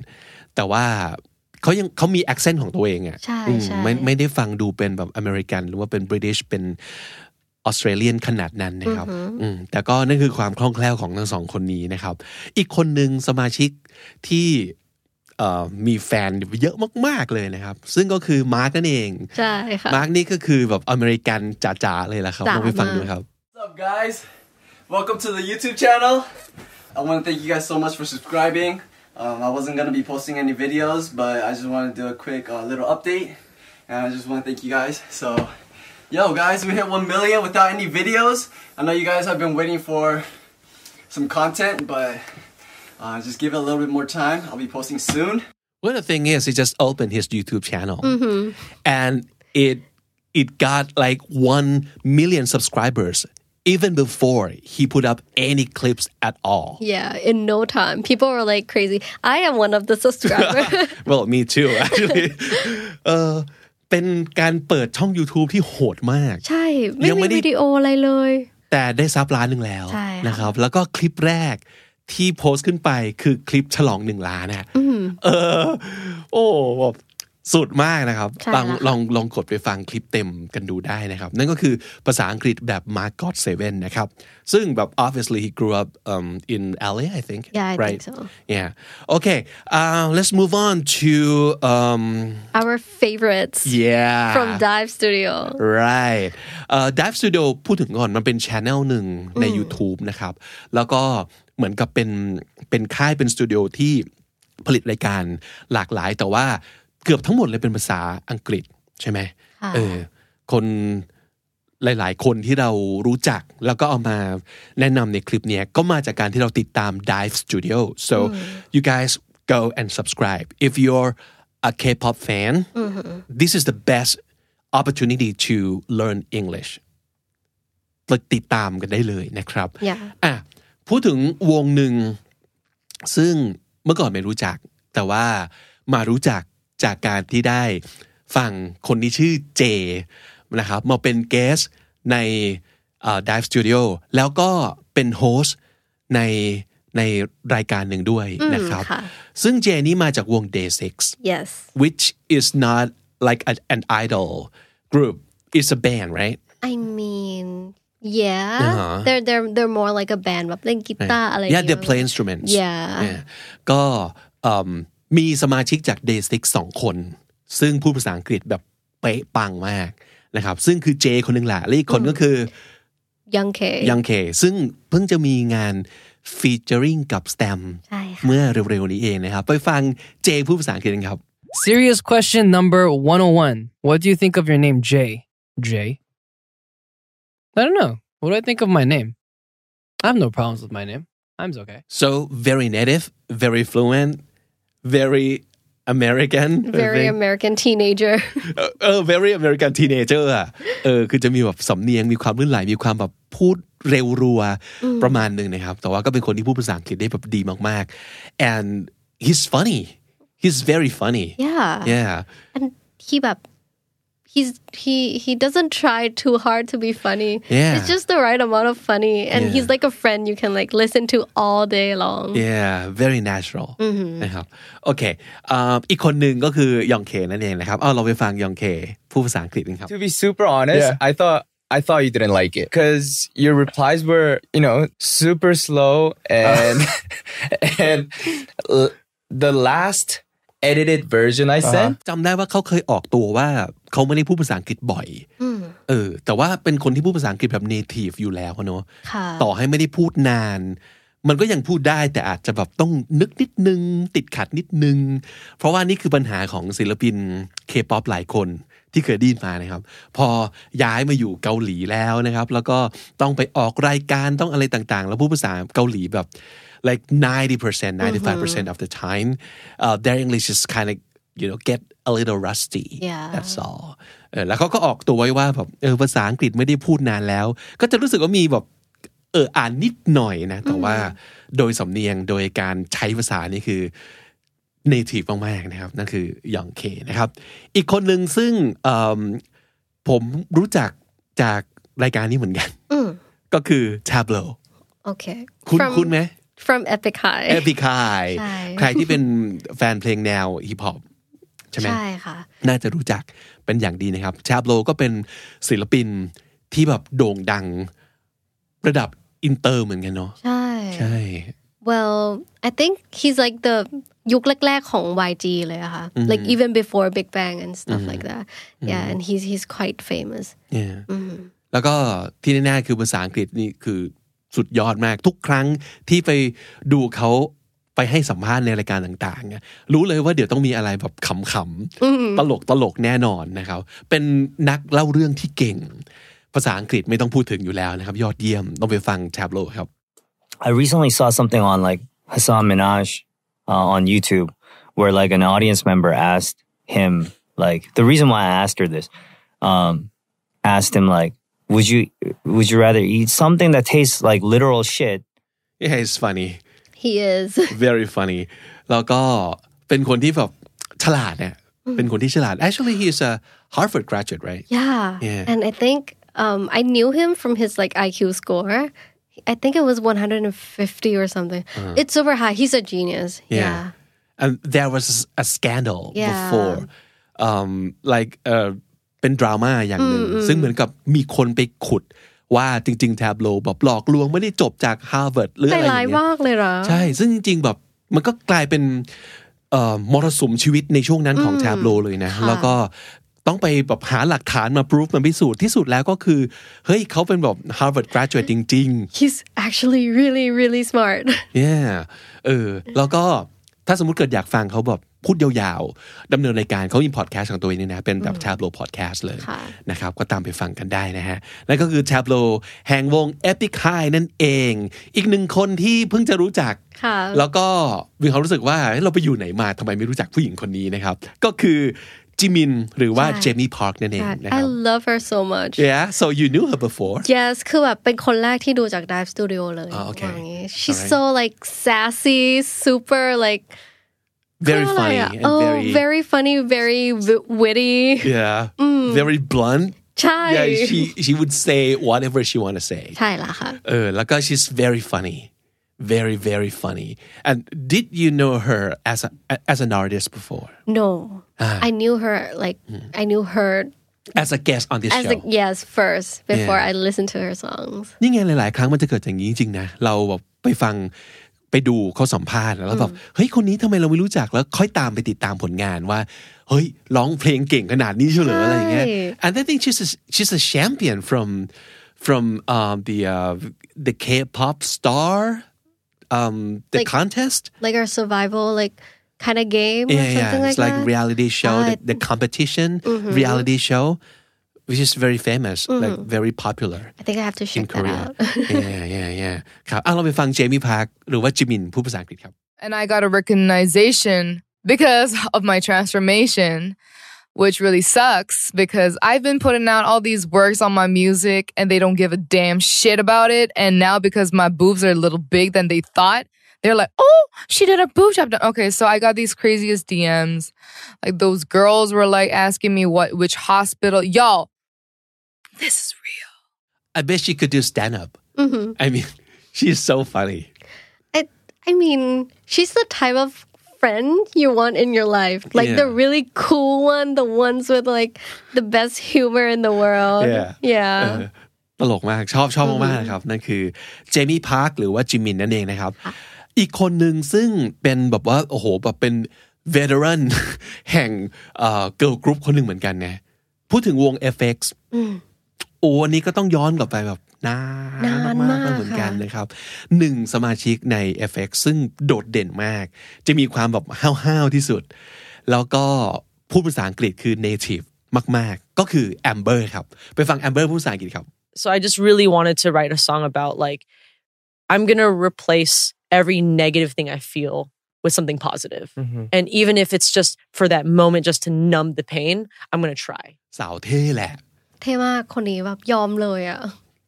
แต่ว่าเขายังเขามี accent ของตัวเองอะ ใช่ อืม ใช่ ไม่ไม่ได้ฟังดูเป็นแบบอเมริกัน หรือว่าเป็น British เป็นออสเตรเลียนขนาดนั้นนะครับ อือหือ อืมแต่ก็นั่นคือความคล่องแคล่วของทั้งสองคนนี้นะครับ อีกคนหนึ่งสมาชิกที่เอ่อมีแฟนเยอะมาก ๆ เลยนะครับ ซึ่งก็คือมาร์กนั่นเอง ใช่ค่ะ มาร์กนี่ก็คือแบบอเมริกันจ๋าๆเลยละครับ จ๋า ลองไปฟังดู มาก ครับ What's up, guys? Welcome to the YouTube channel. I want to thank you guys so much for subscribing. Um, I wasn't gonna be posting any videos, but I just want to do a quick uh, little update, and I just want to thank you guys. So, yo, guys, we hit 1 million without any videos. I know you guys have been waiting for some content, but uh, just give it a little bit more time. I'll be posting soon. Well, the thing is, he just opened his YouTube channel, Mhm. and it it got like one million subscribers even before he put up any clips at all. Yeah, in no time. People were like crazy. I am one of the subscribers. Well, me too actually. เออเป็นการเปิดช่อง YouTube ที่โหดมาก ใช่ ไม่ ยัง มี ไม่ได้ วิดีโออะไรเลย แต่ได้ซับล้านหนึ่งแล้ว ใช่ค่ะ นะครับ แล้วก็คลิปแรกที่โพสต์ขึ้นไปคือคลิปฉลองหนึ่งล้านอะ อืม เออ โอ้แบบสุดมากนะครับ ใช่ ลอง แล้วค่ะ ลองลองกดไปฟังคลิปเต็มกันดูได้นะครับ นั่นก็คือภาษาอังกฤษแบบ Mark Got Seven นะครับ ซึ่งแบบ obviously he grew up um, in LA I think Yeah, I think right so. yeah okay uh, let's move on to um, Our favorites yeah from Dive Studio Right เอ่อ Dive Studio พูดถึงก่อนมันเป็นช n e l หนึ่งใน อืม YouTube นะครับ แล้วก็เหมือนกับเป็นเป็นค่ายเป็นสตูดิโอที่ผลิตรายการหลากหลาย แต่ว่าเกือบทั้งหมดเลยเป็นภาษาอังกฤษใช่ไหม ค่ะ เออคนหลาย ๆ คนที่เรารู้จักแล้วก็เอามาแนะนำในคลิปเนี้ยก็มาจากการที่เราติดตาม Dive Studio so you guys go and subscribe if you're a K-pop fan this is the best opportunity to learn English ติดตามกันได้เลยนะครับ Yeah อ่ะพูดถึงวงหนึ่ง ซึ่งเมื่อก่อนไม่รู้จัก แต่ว่ามารู้จักจากการที่ได้ฟังคนที่ชื่อเจนะครับ มาเป็นเกสในเอ่อ Dive Studio แล้วก็เป็นโฮสต์ในในรายการหนึ่งด้วย อืม นะครับ ค่ะ ซึ่งเจนี่มาจากวง Day 6 Yes which is not like a, an idol group. It's a band, right? I mean yeah อ่าฮะ they're they're they're more like a band แบบเล่นกีตาร์อะไร yeah, they play instruments. Yeah. เนี่ยก็เอิ่มมีสมาชิกจาก Day 6สองคน ซึ่งพูดภาษาอังกฤษแบบเป๊ะปังมากนะครับ ซึ่งคือเจคนหนึ่งแหละและอีกคนก็คือ Young K ยังเค ซึ่งเพิ่งจะมีงานฟีเจอริงกับส t ตม ใช่ เมื่อเร็วๆนี้เองนะครับ ไปฟังเจพูดภาษาอังกฤษกันครับ Serious question number 101. What do you think of your name, Jay? Jay? I don't know. What do I think of my name? I have no problems with my name. I'm okay. So very native, very fluent, very American. very I think. American teenager เออเออ very American teenager อ่ะ เออ คือจะมีแบบสำเนียง มีความลื่นไหล มีความแบบพูดเร็วรัว อืม ประมาณหนึ่งนะครับ แต่ว่าก็เป็นคนที่พูดภาษาอังกฤษได้แบบดีมากๆ and he's funny he's very funny yeah yeah and he แบบ he's he he doesn't try too hard to be funny Yeah. it's just the right amount of funny and Yeah. he's like a friend you can like listen to all day long yeah very natural อือหือ นะครับ โอเคอ่าอีกคนหนึ่งก็คือยองเคนั่นเองนะครับ เอาเราไปฟังยองเคพูดภาษาอังกฤษกันครับ To be super honest, Yeah. I thought I thought you didn't like it because your replies were, you know, super slow and and l- the last edited version I อ่าฮะ sent. จำได้ว่าเขาเคยออกตัวว่าเขาไม่ได้พูดภาษาอังกฤษบ่อย เออ แต่ว่าเป็นคนที่พูดภาษาอังกฤษแบบ native อยู่แล้วอะเนอะ ค่ะ ต่อให้ไม่ได้พูดนาน มันก็ยังพูดได้แต่อาจจะแบบต้องนึกนิดนึง ติดขัดนิดนึง เพราะว่านี่คือปัญหาของศิลปินเคป๊อปหลายคนที่เคยไดีนมานะครับ พอย้ายมาอยู่เกาหลีแล้วนะครับ แล้วก็ต้องไปออกรายการต้องอะไรต่างๆ แล้วพูดภาษาเกาหลีแบบ like 90% 95% of the time uh, their English is kind of you know get a little rusty Yeah. that's all เออแล้วเขาก็ออกตัวไว้ว่าแบบเออภาษาอังกฤษไม่ได้พูดนานแล้ว ก็จะรู้สึกว่ามีแบบเอออ่านนิดหน่อยนะ แต่ว่าโดยสำเนียงโดยการใช้ภาษานี่คือ native มากๆนะครับ นั่นคือยองเคนะครับ อีกคนหนึ่งซึ่งเอิ่มผมรู้จักจากรายการนี้เหมือนกัน Mm, ก็คือ Tableau okay. คุ้น From- คุ้นไหม From Epic High. เอพิคาย ใช่ ใครที่เป็นแฟนเพลงแนวฮิปฮอปใช่ไหม ใช่ค่ะ น่าจะรู้จักเป็นอย่างดีนะครับ ชาบโลก็เป็นศิลปินที่แบบโด่งดังระดับอินเตอร์เหมือนกันเนาะ ใช่ ใช่ Well, I think he's like the ยุคแรกๆของ YG เลยอะค่ะ Mhm. like even before Big Bang and stuff Mhm. like that yeah Mhm. and he's he's quite famous yeah. อืม แล้วก็ที่แน่ๆคือภาษาอังกฤษนี่คือสุดยอดมากทุกครั้งที่ไปดูเขาไปให้สัมภาษณ์ในรายการต่างๆเนี่ยรู้เลยว่าเดี๋ยวต้องมีอะไรแบบขำ อืม ๆตลกตลกๆแน่นอนนะครับ เป็นนักเล่าเรื่องที่เก่ง ภาษาอังกฤษไม่ต้องพูดถึงอยู่แล้วนะครับ ยอดเยี่ยมต้องไปฟังแทบโลครับ I recently saw something on like Hassan Minaj uh, on YouTube where like an audience member asked him like the reason why I asked her this um, asked him like would you would you rather eat something that tastes like literal shit? Yeah, it's funny. he is very funny แล้วก็เป็นคนที่แบบฉลาดเนี่ย อืม เป็นคนที่ฉลาด actually he is a Harvard graduate right Yeah. Yeah. And I think um, I knew him from his like IQ score. I think it was 150 or something. Uh-huh. It's super high. He's a genius. yeah and there was a scandal Yeah. before um like เอ่อเป็นดราม่าอย่างหนึ่ง อืมอืม ซึ่งเหมือนกับมีคนไปขุดว่าจริงๆแทบโลแบบหลอกลวงไม่ได้จบจาก Harvard หรืออะไรอย่างเงี้ย ใช่ ซึ่งจริงๆ แบบมันก็กลายเป็นเอ่อมรสุมชีวิตในช่วงนั้นของ อืม แทบโลเลยนะ ค่ะ แล้วก็ต้องไปแบบหาหลักฐานมาพิสูจมาพิสูจน์ที่สุดแล้วก็คือ เฮ้ยเขาเป็นแบบ Harvard graduate จริง ๆ He's actually really, really smart. yeah เออ แล้วก็ถ้าสมมติเกิดอยากฟังเขาแบบพูดยาวๆดำเนินรายการเขามีพอดแคสต์ของตัวเองนี่นะ เป็นแบบ Tableau Podcast เลยนะครับ ก็ตามไปฟังกันได้นะฮะ นั่นก็คือ Tableau แห่งวง Epic High นั่นเอง อีกหนึ่งคนที่เพิ่งจะรู้จัก ค่ะ แล้วก็มีความรู้สึกว่าเฮ้ยเราไปอยู่ไหนมาทำไมไม่รู้จักผู้หญิงคนนี้นะครับ ก็คือจิมินหรือว่า ใช่ เจมี่พาร์คนั่นเองนะค I รับ love her so much. yeah so you knew her before Yes คือแบบเป็นคนแรกที่ดูจาก Dive Studio เลย อ๋อ Ah, okay ว่าอย่างงี้ She's Alright so like sassy super like very อะไร funny อะ and oh very very funny very wi- witty yeah อืม very blunt ใช่ yeah she she would say whatever she want to say ใช่ละค่ะ เออแล้วก็ she's very funny very very funny and did you know her as a, as an artist before No, Ah. I knew her. Like I knew her as a guest on this as show a yes first before Yeah. I listened to her songs. นี่ไงหลาย ๆ ครั้งมันจะเกิดอย่างนี้จริงๆนะ เราแบบไปฟังไปดูเขาสัมภาษณ์แล้วแบบเฮ้ยคนนี้ทำไมเราไม่รู้จักแล้วค่อยตามไปติดตามผลงานว่า เฮ้ยร้องเพลงเก่งขนาดนี้เฉลยอะไรอย่างเงี้ย ใช่ and I think she's a, she's a champion from from um, the uh, the K-pop star um, the Like- contest Like our survival, like kind of game or yeah something yeah like it's like that. reality show the, Ah, the competition Mhm. reality show which is very famous like Mhm. very popular I think I have to in check that Korea out. yeah yeah yeah ครับอ่ะเราไปฟังเจมี่พาร์คหรือว่าจิมินพูดภาษาอังกฤษครับ and I got a recognition because of my transformation, which really sucks because I've been putting out all these works on my music and they don't give a damn shit about it. And now because my boobs are a little big than they thought, they're like, oh, she did a boob job. Okay, so I got these craziest DMs. Like those girls were like asking me what which hospital. Y'all, this is I bet she could do stand up hmm I mean she's so funny I I mean, she's the type of friend you want in your life. Like the Yeah. really cool one, the ones with like the best humor in the world. Yeah. Uh-huh. เอ Yeah. อตลกมาก ชอบชอบมากๆนะครับ นั่นคือเจมี่พาร์คหรือว่าจิมินนั่นเองนะครับ อีกคนหนึ่งซึ่งเป็นแบบว่า โอ้โห แบบเป็น veteran แห่งเกิร์ลกรุ๊ปคนหนึ่งเหมือนกันนะพูดถึงวง FX อืม โอ้อันนี้ก็ต้องย้อนกลับไปแบบ นาน าน มากๆแล้วเหมือนกันนะครับหนึ่งสมาชิกใน FX ซึ่งโดดเด่นมาก จะมีความแบบห้าวๆที่สุด แล้วก็พูดภาษาอังกฤษคือ native มากๆ ก็คือ Amber ครับ ไปฟัง Amber พูดภาษาอังกฤษครับ So I just really wanted to write a song about like I'm going to replace every negative thing I feel with something positive. Mhm. And even if it's just for that moment just to numb the pain, I'm going to try. สาวเท่แหละ เท่มากคนนี้แบบยอมเลยอ่ะ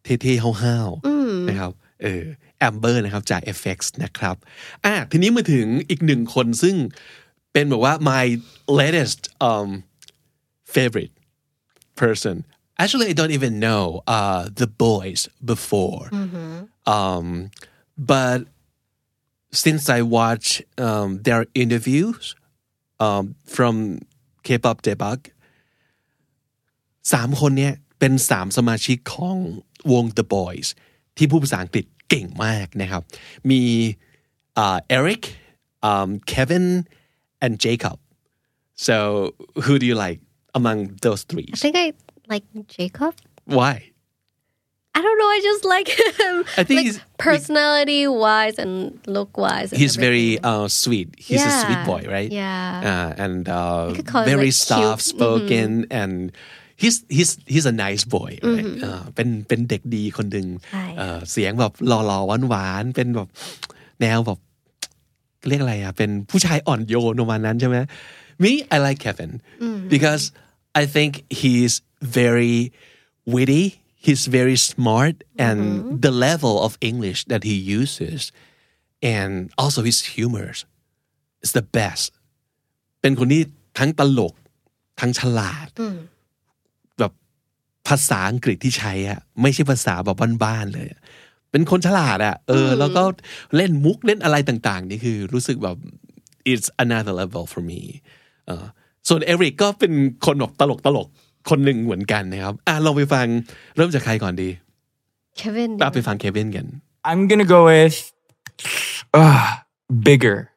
เท่ๆห้าว อืม ๆนะครับ เออแอมเบอร์นะครับจาก FX นะครับ อ่ะ ทีนี้มาถึงอีกหนึ่งคนซึ่งเป็นแบบว่า my latest um favorite person actually I don't even know uh the boys before um, but since I watch um, their interviews um, from K-pop debug สามคนเนี่ยเป็นสามสมาชิกของวง The Boys ที่พูดภาษาอังกฤษเก่งมากนะครับ มีเอริกเควิน um, and Jacob so who do you like among those three I think I like Jacob why I don't know. I just like him. I think like he's- personality wise and look wise. and he's very uh, sweet. He's a sweet Yeah. boy, right? Yeah. Uh, and uh, could call him, very like, cute. soft spoken, and he's he's he's a nice boy. Right? อืม อ่าเป็นเป็นเด็กดีคนหนึ่ง ใช่ เอ่อเสียงแบบหล่อๆหวานๆเป็นแบบแนวแบบเรียกอะไรอ่ะเป็นผู้ชายอ่อนโยนประมาณนั้นใช่ไหม Me I like Kevin อืม because I think he's very witty he's very smart and the level of English that he uses and also his humor is the best เป็นคนที่ทั้งตลกทั้งฉลาด อืม แบบภาษาอังกฤษที่ใช้อะไม่ใช่ภาษาแบบบ้านๆเลยอะเป็นคนฉลาดอะเอออ ม แล้วก็เล่นมุกเล่นอะไรต่างๆ นี่คือรู้สึกแบบ it's another level for me เออส่วนเอริกก็เป็นคนแบบตลกตลกๆคนหนึ่งเหมือนกันนะครับ อ่ะลองไปฟังเริ่มจากใครก่อนดี Kevin อ่ะไปฟังเควินกัน I'm gonna go with uh, bigger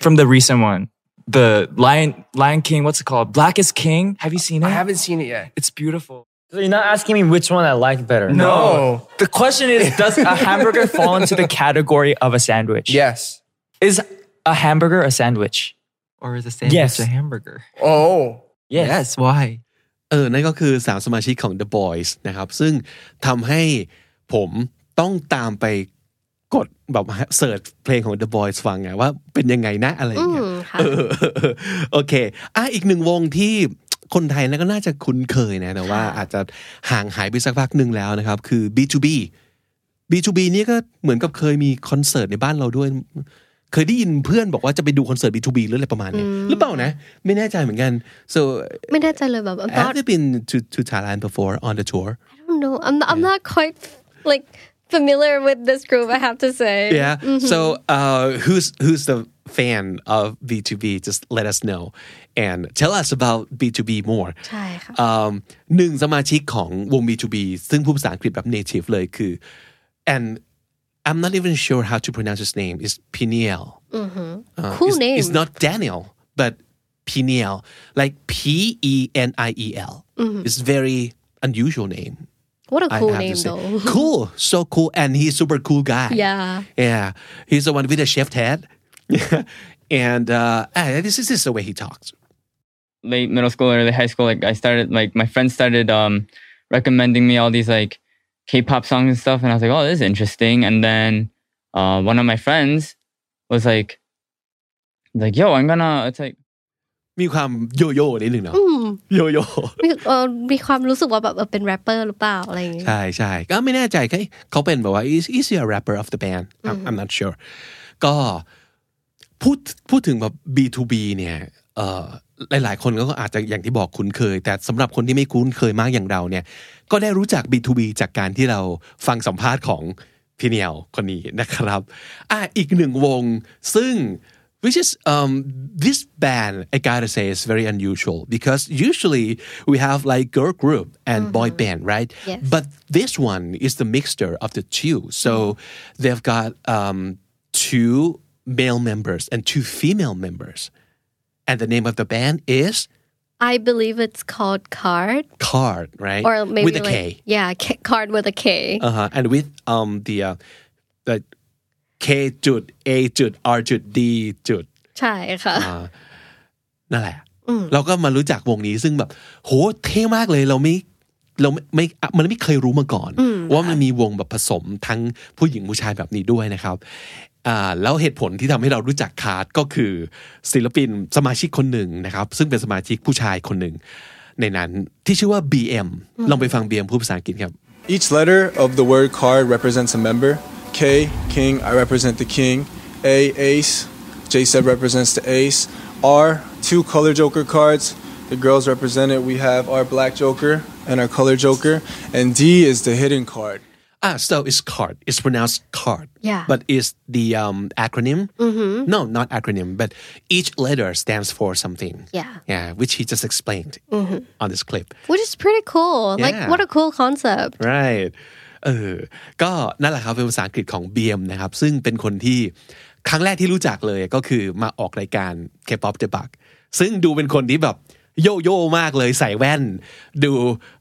from the recent one. The Lion Lion King, what's it called? Black is King. Have you seen it? I haven't seen it yet. It's beautiful. So you're not asking me which one I like better. No. The question is, does a hamburger fall into the category of a sandwich? Yes. Is a hamburger a sandwich? Or is a sandwich Yes. a hamburger? Oh. Yes. why เออ นั่นก็คือสามสมาชิกของ The Boys นะครับ ซึ่งทำให้ผมต้องตามไปกดแบบเสิร์ชเพลงของ The Boys ฟังไงว่าเป็นยังไงนะอะไรอย่างเงี้ย อืมค่ะ เออโอเค อ่ะ อีกหนึ่งวงที่คนไทยนะก็น่าจะคุ้นเคยนะ แต่ว่าอาจจะห่างหายไปสักพักหนึ่งแล้วนะครับ คือ B2B B2B นี่ก็เหมือนกับเคยมีคอนเสิร์ตในบ้านเราด้วย เคยได้ยินเพื่อนบอกว่าจะไปดูคอนเสิร์ต B2B หรืออะไรประมาณเนี้ยหรือเปล่านะ ไม่แน่ใจเหมือนกัน so ไม่แน่ใจเลยแบบ I'm Have not you been to to Thailand before on the tour? I don't know I'm not, I'm not quite like familiar with this group I have to say Yeah. Mhm. So uh, who's who's the fan of B2B? Just let us know and tell us about B2B more. ใช่ค่ะ Um, หนึ่งสมาชิกของวง B2B ซึ่งพูดภาษาอังกฤษแบบ native เลยคือ and I'm not even sure how to pronounce his name. It's Piniel. อือหือ Uh, Cool it's, name It's not Daniel, but Piniel, like P E N I E L. Mhm. It's very unusual name. What a I cool have to name, say. though. cool, so cool, and he's super cool guy. Yeah. yeah. He's the one with the shaved head, and uh, ah, this is this is the way he talks. Late middle school, early high school, like I started, like my friends started um, recommending me all these like K-pop songs and stuff, and I was like, oh, this is interesting. And then uh, one of my friends was like, like, yo, I'm gonna, it's like, มีความโยโย่นิดหนึ่งเนาะ อืม โยโย่ มีเอ่อ Hmm. uh, มีความรู้สึกว่าแบบเออเป็นแรปเปอร์หรือเปล่าอะไรอย่างงี้ ใช่ใช่ก็ไม่แน่ใจเขาเขาเป็นแบบว่า is is he a rapper of the band อืม I'm- I'm not sure ก็พูดพูดถึงแบบ B2B เนี่ยเอ่อหลาย ๆ คนก็อาจจะอย่างที่บอกคุ้นเคย แต่สำหรับคนที่ไม่คุ้นเคยมากอย่างเราเนี่ย ก็ได้รู้จัก B2B จากการที่เราฟังสัมภาษณ์ของพี่เนียวคนนี้นะครับอ่ะอีกหนึ่งวงซึ่ง which is um, this band i gotta say is very unusual because usually we have like girl group and boy band right Yes. but this one is the mixture of the two so they've got um, two male members and two female members and the name of the band is I believe it's called card. Card, right? Or maybe with a like, K. Yeah, K- card with a K. Uh huh. And with um the uh, the K จุด A จุด R จุด D จุด ใช่ค่ะ อ่านั่นแหละ อืม เราก็มารู้จักวงนี้ซึ่งแบบ โหเท่มากเลยเราไม่เราไม่ไม่อ่ะมันไม่เคยรู้มาก่อน อืม ว่ามันมีวงแบบผสมทั้งผู้หญิงผู้ชายแบบนี้ด้วยนะครับอ่าแล้วเหตุผลที่ทำให้เรารู้จักคาร์ดก็คือ ศิลปินสมาชิกคนหนึ่งนะครับ ซึ่งเป็นสมาชิกผู้ชายคนหนึ่ง ในนั้นที่ชื่อว่า BM ลองไปฟัง BM พูดภาษาอังกฤษครับ Each letter of the word card represents a member. K, king, I represent the king. A, ace, J said represents the ace. R, two color joker cards. The girls represented, we have our black joker and our color joker. And D is the hidden card. Ah, so it's card. It's pronounced card. Yeah. But is the um, acronym? Mhm. No, not acronym, but each letter stands for something. Yeah. Yeah, which he just explained Mhm. on this clip. Which is pretty cool. Yeah. Like, what a cool concept. Right. เออ ก็นั่นแหละครับเป็นภาษาอังกฤษของ BM นะครับ ซึ่งเป็นคนที่ครั้งแรกที่รู้จักเลยก็คือมาออกรายการ K-pop The Bug ซึ่งดูเป็นคนที่แบบโยโย่มากเลยใส่แว่น ดู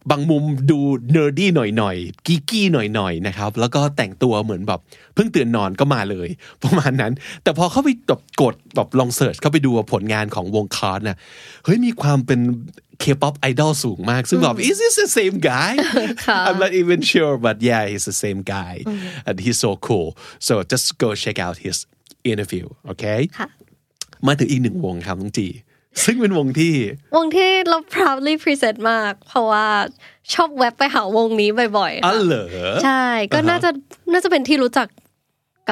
บางมุมดูเนอร์ดี้หน่อยๆกีกี้หน่อยๆนะครับ แล้วก็แต่งตัวเหมือนแบบเพิ่งตื่นนอนก็มาเลย ประมาณนั้น แต่พอเข้าไปแบบกดแบบลองเสิร์ชเข้าไปดูผลงานของวงคาร์ดน่ะเฮ้ยมีความเป็น K-pop ไอดอลสูงมาก ซึ่งแบบ is this the same guy I'm not even sure, but yeah, he's the same guy. Mhm. And he's so cool. So just go check out his interview, okay? มาถึงอีกหนึ่งวงครับน้องจี ซึ่งเป็นวงที่ วงที่เรา proudly present มาก เพราะว่าชอบแวบไปหาวงนี้บ่อยๆ อ๋อ ค่ะ เห รอ ใช่ ก็น่าจะน่าจะเป็นที่รู้จัก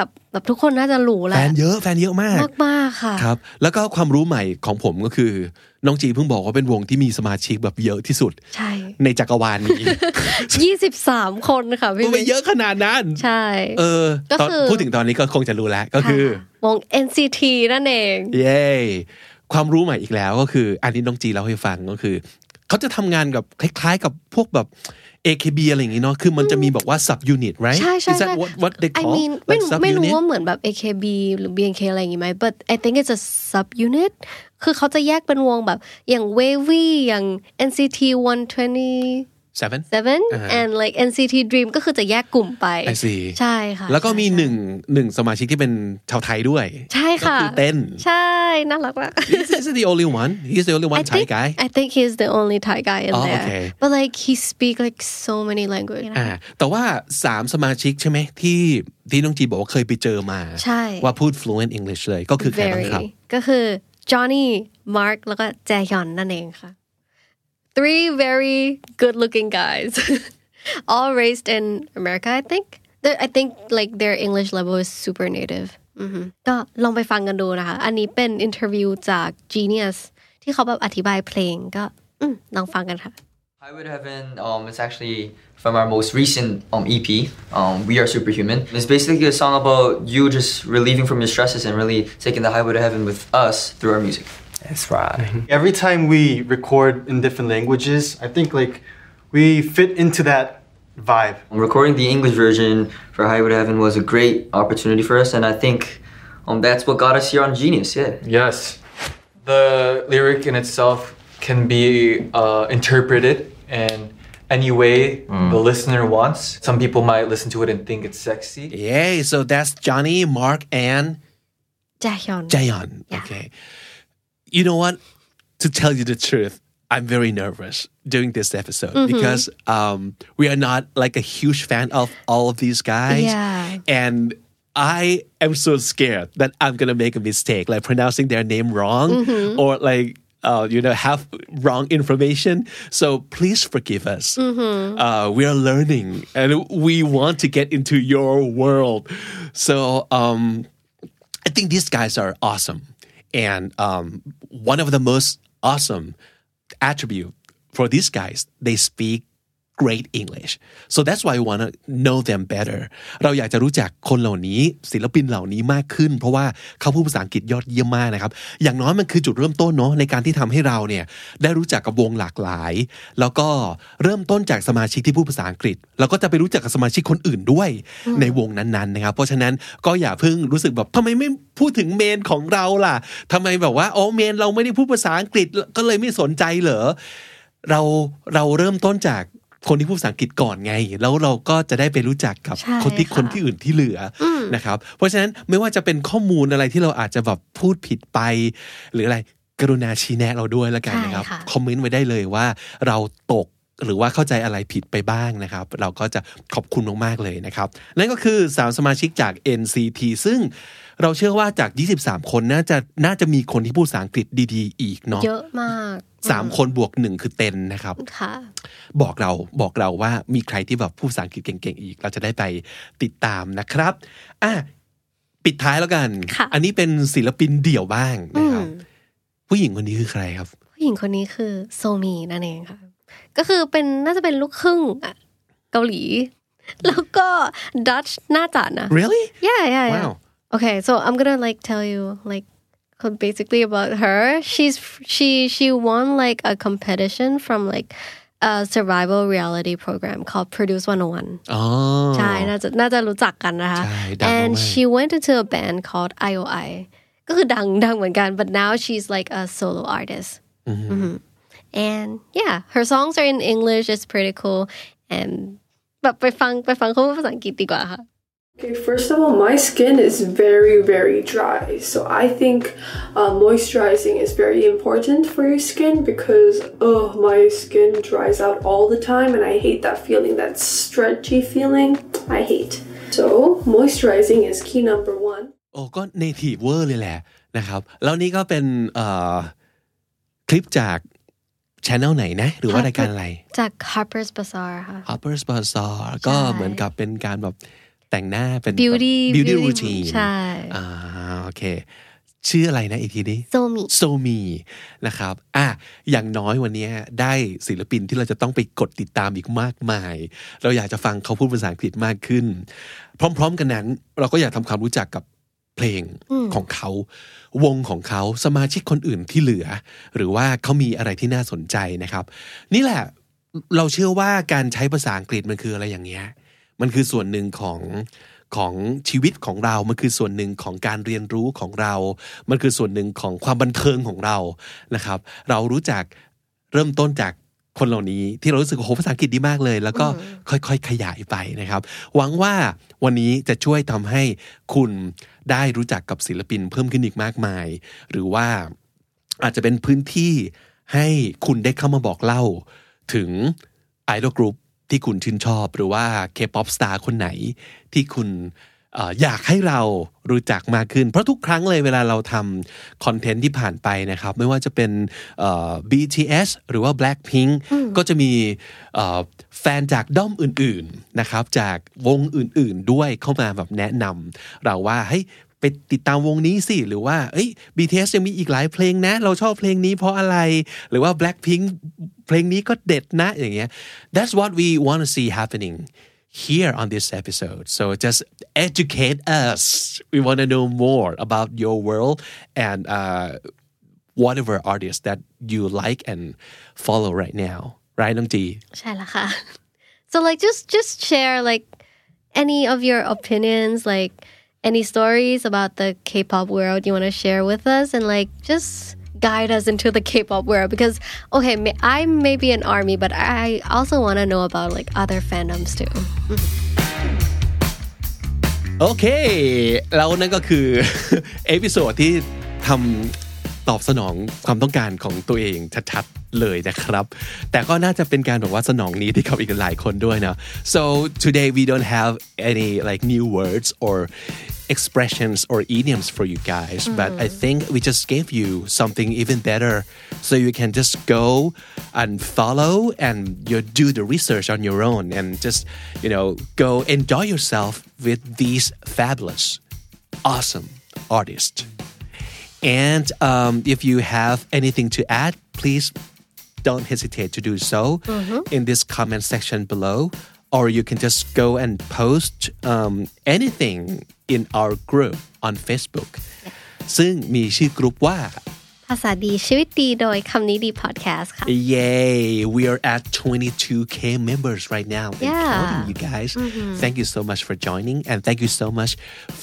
กับแบบทุกคนน่าจะรู้แห แฟ ละ นเยอะแฟนเยอะมาก มากๆค่ะ ครับ แล้วก็ความรู้ใหม่ของผมก็คือ น้องจีเพิ่งบอกว่าเป็นวงที่มีสมาชิกแบบเยอะที่สุด ใช่ ในจักรวาล นี้ ยี่สิบสามคนค่ะพี่ ไม่เยอะขนาดนั้น ใช่ เออ ก็ ตอน คือ พูดถึงตอนนี้ก็คงจะรู้แล้วก็คือ วง NCT นั่นเอง เย้ความรู้ใหม่อีกแล้วก็คือ อันนี้น้องจีเล่าให้ฟังก็คือ เขาจะทำงานกับคล้ายๆกับพวกแบบ AKB อะไรอย่างงี้เนาะคือมันจะมีบอกว่า sub unit right ใช่ใช่ Is ใช่ that what what they I call mean ไม่ like รู้ sub ไม่รู้ unit ว่าเหมือนแบบ AKB หรือ BNK อะไรอย่างงี้ไหม but I think it's a sub unit คือเขาจะแยกเป็นวงแบบอย่าง Wavy อย่าง NCT 127 seven and like NCT Dream ก็คือจะแยกกลุ่มไป I see ใช่ค่ะ แล้วก็มีหนึ่งหนึ่งสมาชิกที่เป็นชาวไทยด้วย ใช่ค่ะ คือเต้น ใช่ น่ารักมาก Is is he the only one He's the only one Thai guy I think he's the only Thai guy in Oh, there okay. but like he speak like so many language อ่าแต่ว่าสามสมาชิกใช่ไหมที่ที่น้องจีบอกว่าเคยไปเจอมา ใช่ ว่าพูด fluent English เลยก็คือใครบ้าง very ครับ ก็คือ Johnny Mark แล้วก็แจฮยอนนั่นเองค่ะ three very good looking guys all raised in America I think Their- I think like their English level is super native อือฮึก็ลองไปฟังกันดูนะคะ อันนี้เป็นอินเทอร์วิวจาก Genius ที่เขาแบบอธิบายเพลงก็อืมลองฟังกันค่ะ Highwood Heaven um, it's actually from our most recent um, EP, um, We Are Superhuman. It's basically a song about you just relieving from your stresses and really taking the highway to heaven with us through our music. That's right. Mm-hmm. Every time we record in different languages, I think like we fit into that vibe. Um, Recording the English version for Highway to Heaven was a great opportunity for us, and I think um, that's what got us here on Genius, yeah. Yes. The lyric in itself can be uh, interpreted in any way the listener wants. Some people might listen to it and think it's sexy. Yay so that's Johnny Mark and แจฮยอน Jayon. Okay. You know what? To tell you the truth, I'm very nervous doing this episode Mhm. because um, we are not like a huge fan of all of these guys. Yeah. And I am so scared that I'm going to make a mistake, like pronouncing their name wrong Mhm. or like, uh, you know, have wrong information. So please forgive us. Mhm. Uh, we are learning and we want to get into your world. So, um, I think these guys are awesome. And um, one of the most awesome attribute for these guys, they speak great English so that's why we want to know them better เราอยากจะรู้จักคนเหล่านี้ศิลปินเหล่านี้มากขึ้น เพราะว่าเขาพูดภาษาอังกฤษยอดเยี่ยมมากนะครับ อย่างน้อยมันคือจุดเริ่มต้นเนาะในการที่ทำให้เราเนี่ยได้รู้จักกับวงหลากหลาย แล้วก็เริ่มต้นจากสมาชิกที่พูดภาษาอังกฤษ แล้วก็จะไปรู้จักกับสมาชิกคนอื่นด้วย อืม ในวงนั้นๆนะครับ เพราะฉะนั้นก็อย่าเพิ่งรู้สึกแบบทำไมไม่พูดถึงเมนของเราล่ะทำไมแบบว่าอ๋อเมนเราไม่ได้พูดภาษาอังกฤษก็เลยไม่สนใจเหรอ เราเราเริ่มต้นจากคนที่พูดภาษาอังกฤษก่อนไง แล้วเราก็จะได้ไปรู้จักกับ ใช่ คนที่ ค่ะ คนที่อื่นที่เหลืออ ม นะครับ เพราะฉะนั้นไม่ว่าจะเป็นข้อมูลอะไรที่เราอาจจะแบบพูดผิดไป หรืออะไรกรุณาชี้แนะเราด้วยละกันนะครับ ใช่ค่ะ คอมเมนต์ไว้ได้เลยว่าเราตกหรือว่าเข้าใจอะไรผิดไปบ้างนะครับ เราก็จะขอบคุณมากๆเลยนะครับ นั่นก็คือสามสมาชิกจาก NCT ซึ่งเราเชื่อว่าจาก 23 คนน่าจะน่าจะมีคนที่พูดภาษาอังกฤษดี ๆ อีกเนาะ เยอะมาก สามคนบวกหนึ่งคือเต็นนะครับ ค่ะ บอกเราบอกเราว่ามีใครที่แบบพูดภาษาอังกฤษเก่งๆอีก เราจะได้ไปติดตามนะครับอ่ะปิดท้ายแล้วกัน อันนี้เป็นศิลปินเดี่ยวบ้างนะครับ ผู้หญิงคนนี้คือใครครับ ผู้หญิงคนนี้คือโซมีนั่นเองค่ะ ก็คือเป็นน่าจะเป็นลูกครึ่งอะเกาหลี แล้วก็ดัตช์น่าจะนะ Really? Yeah yeah yeah Wow. Okay so I'm gonna like tell you like basically about her she's she she won like a competition from like a survival reality program called Produce 101 อ๋อ ใช่น่าจะน่าจะรู้จักกันนะคะ ดังมาก and she went into a band called IOI ก็คือดังดังเหมือนกัน but now she's like a solo artist อือฮึ Mhm. and yeah her songs are in English it's pretty cool and แบบไปฟังไปฟังเขาพูดภาษาอังกฤษดีกว่าค่ะ Okay, first of all, my skin is very, very dry. So I think uh, moisturizing is very important for your skin because, oh, my skin dries out all the time and I hate that feeling, that stretchy feeling. I hate. So moisturizing is key number one. โอ้ก็ native เวอร์เลยแหละนะครับ แล้วนี่ก็เป็นเอ่อคลิปจากช anel ไหนนะ หรือว่ารายการอะไร จาก Harper's Bazaar ค่ะ Harper's Bazaar ก็เหมือนกับเป็นการแบบแต่งหน้าเป็น Beauty beauty beauty routine ใช่ อ่าโอเค ชื่ออะไรนะอีกทีนี้ โซมี โซมีนะครับอ่ะอย่างน้อยวันนี้ได้ศิลปินที่เราจะต้องไปกดติดตามอีกมากมาย เราอยากจะฟังเขาพูดภาษาอังกฤษมากขึ้น พร้อม ๆ กันนั้น เราก็อยากทำความรู้จักกับเพลง อืม ของเขา วงของเขาสมาชิกคนอื่นที่เหลือ หรือว่าเขามีอะไรที่น่าสนใจนะครับ นี่แหละ เราเชื่อว่าการใช้ภาษาอังกฤษมันคืออะไรอย่างเงี้ย มันคือส่วนหนึ่งของของชีวิตของเรา มันคือส่วนหนึ่งของการเรียนรู้ของเรา มันคือส่วนหนึ่งของความบันเทิงของเรา นะครับ เรารู้จักเริ่มต้นจากคนเหล่านี้ที่เรารู้สึกโอ้โหภาษาอังกฤษดีมากเลย แล้วก็ค่อยๆขยายไปนะครับ หวังว่าวันนี้จะช่วยทำให้คุณได้รู้จักกับศิลปินเพิ่มขึ้นอีกมากมาย หรือว่าอาจจะเป็นพื้นที่ให้คุณได้เข้ามาบอกเล่า ถึงไอดอลกรุ๊ปที่คุณชื่นชอบ หรือว่า K-pop star คนไหนที่คุณเอ่ออยากให้เรารู้จักมากขึ้น เพราะทุกครั้งเลยเวลาเราทำคอนเทนต์ที่ผ่านไปนะครับ ไม่ว่าจะเป็นเอ่อ BTS หรือว่า Blackpink ก็จะมีเอ่อแฟนจากด้อมอื่นๆนะครับ จากวงอื่นๆด้วยเข้ามาแบบแนะนำเราว่าเฮ้ย ไปติดตามวงนี้สิ หรือว่าเอ้ย BTS ยังมีอีกหลายเพลงนะ เราชอบเพลงนี้เพราะอะไร หรือว่า Blackpink เพลงนี้ก็เด็ดนะอย่างเงี้ย That's what we want to see happening here on this episode so just educate us we want to know more about your world and uh, whatever artist that you like and follow right now right น้องจี ใช่ละ ค่ะ so like just just share like any of your opinions like any stories about the K-pop world you want to share with us and like just guide us into the K-pop world because okay may, I may be an army but I also want to know about like other fandoms too โอเค แล้วนั่นก็คือ เอพิโซดที่ทำตอบสนองความต้องการของตัวเองชัดๆเลยนะครับ แต่ก็น่าจะเป็นการบอกว่าสนองนี้ที่กับอีกหลายคนด้วยนะ so today we don't have any like new words or expressions or idioms for you guys but I think we just gave you something even better so you can just go and follow and you do the research on your own and just you know go enjoy yourself with these fabulous awesome artists and um, if you have anything to add, please don't hesitate to do so Mhm. in this comment section below. Or you can just go and post um, anything in our group on Facebook ซึ่งมีชื่อกลุ่มว่า ภาษาดีชีวิตดีโดยคำนี้ดี podcast ค่ะ Yay, we are at 22k members right now. and Yeah. counting, you guys. Mhm. Thank you so much for joining and thank you so much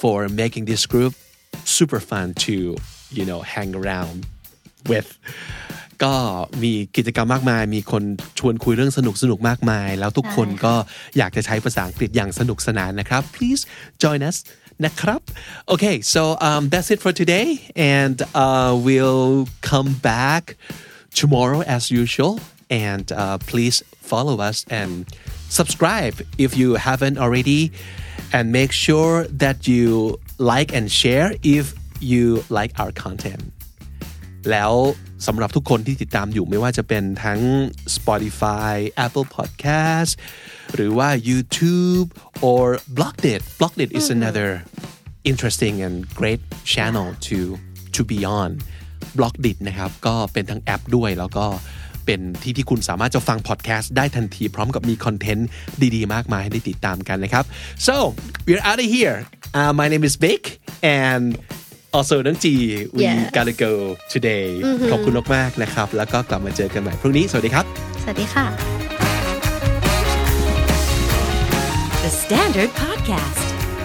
for making this group super fun to, you know, hang around with. ก็มีกิจกรรมมากมาย มีคนชวนคุยเรื่องสนุกสนุกมากมาย แล้วทุกคนก็อยากจะใช้ภาษาอังกฤษอย่างสนุกสนานนะครับ please join us นะครับ okay so um, that's it for today and uh, we'll come back tomorrow as usual and uh, please follow us and subscribe if you haven't already and make sure that you like and share if you like our content แล้วสำหรับทุกคนที่ติดตามอยู่ไม่ว่าจะเป็นทั้ง Spotify Apple Podcast หรือว่า YouTube or Blockdit Blockdit is another interesting and great channel to to be on Blockdit นะครับ ก็เป็นทั้งแอปด้วย แล้วก็เป็นที่ที่คุณสามารถจะฟังพอดแคสต์ได้ทันทีพร้อมกับมีคอนเทนต์ดีๆ มากมายให้ได้ติดตามกันนะครับ so we're out of here uh, my name is Vic and also น้องจี we Yes. gotta go today อือหือ ขอบคุณมากๆนะครับ แล้วก็กลับมาเจอกันใหม่พรุ่งนี้ สวัสดีครับ สวัสดีค่ะ The Standard Podcast,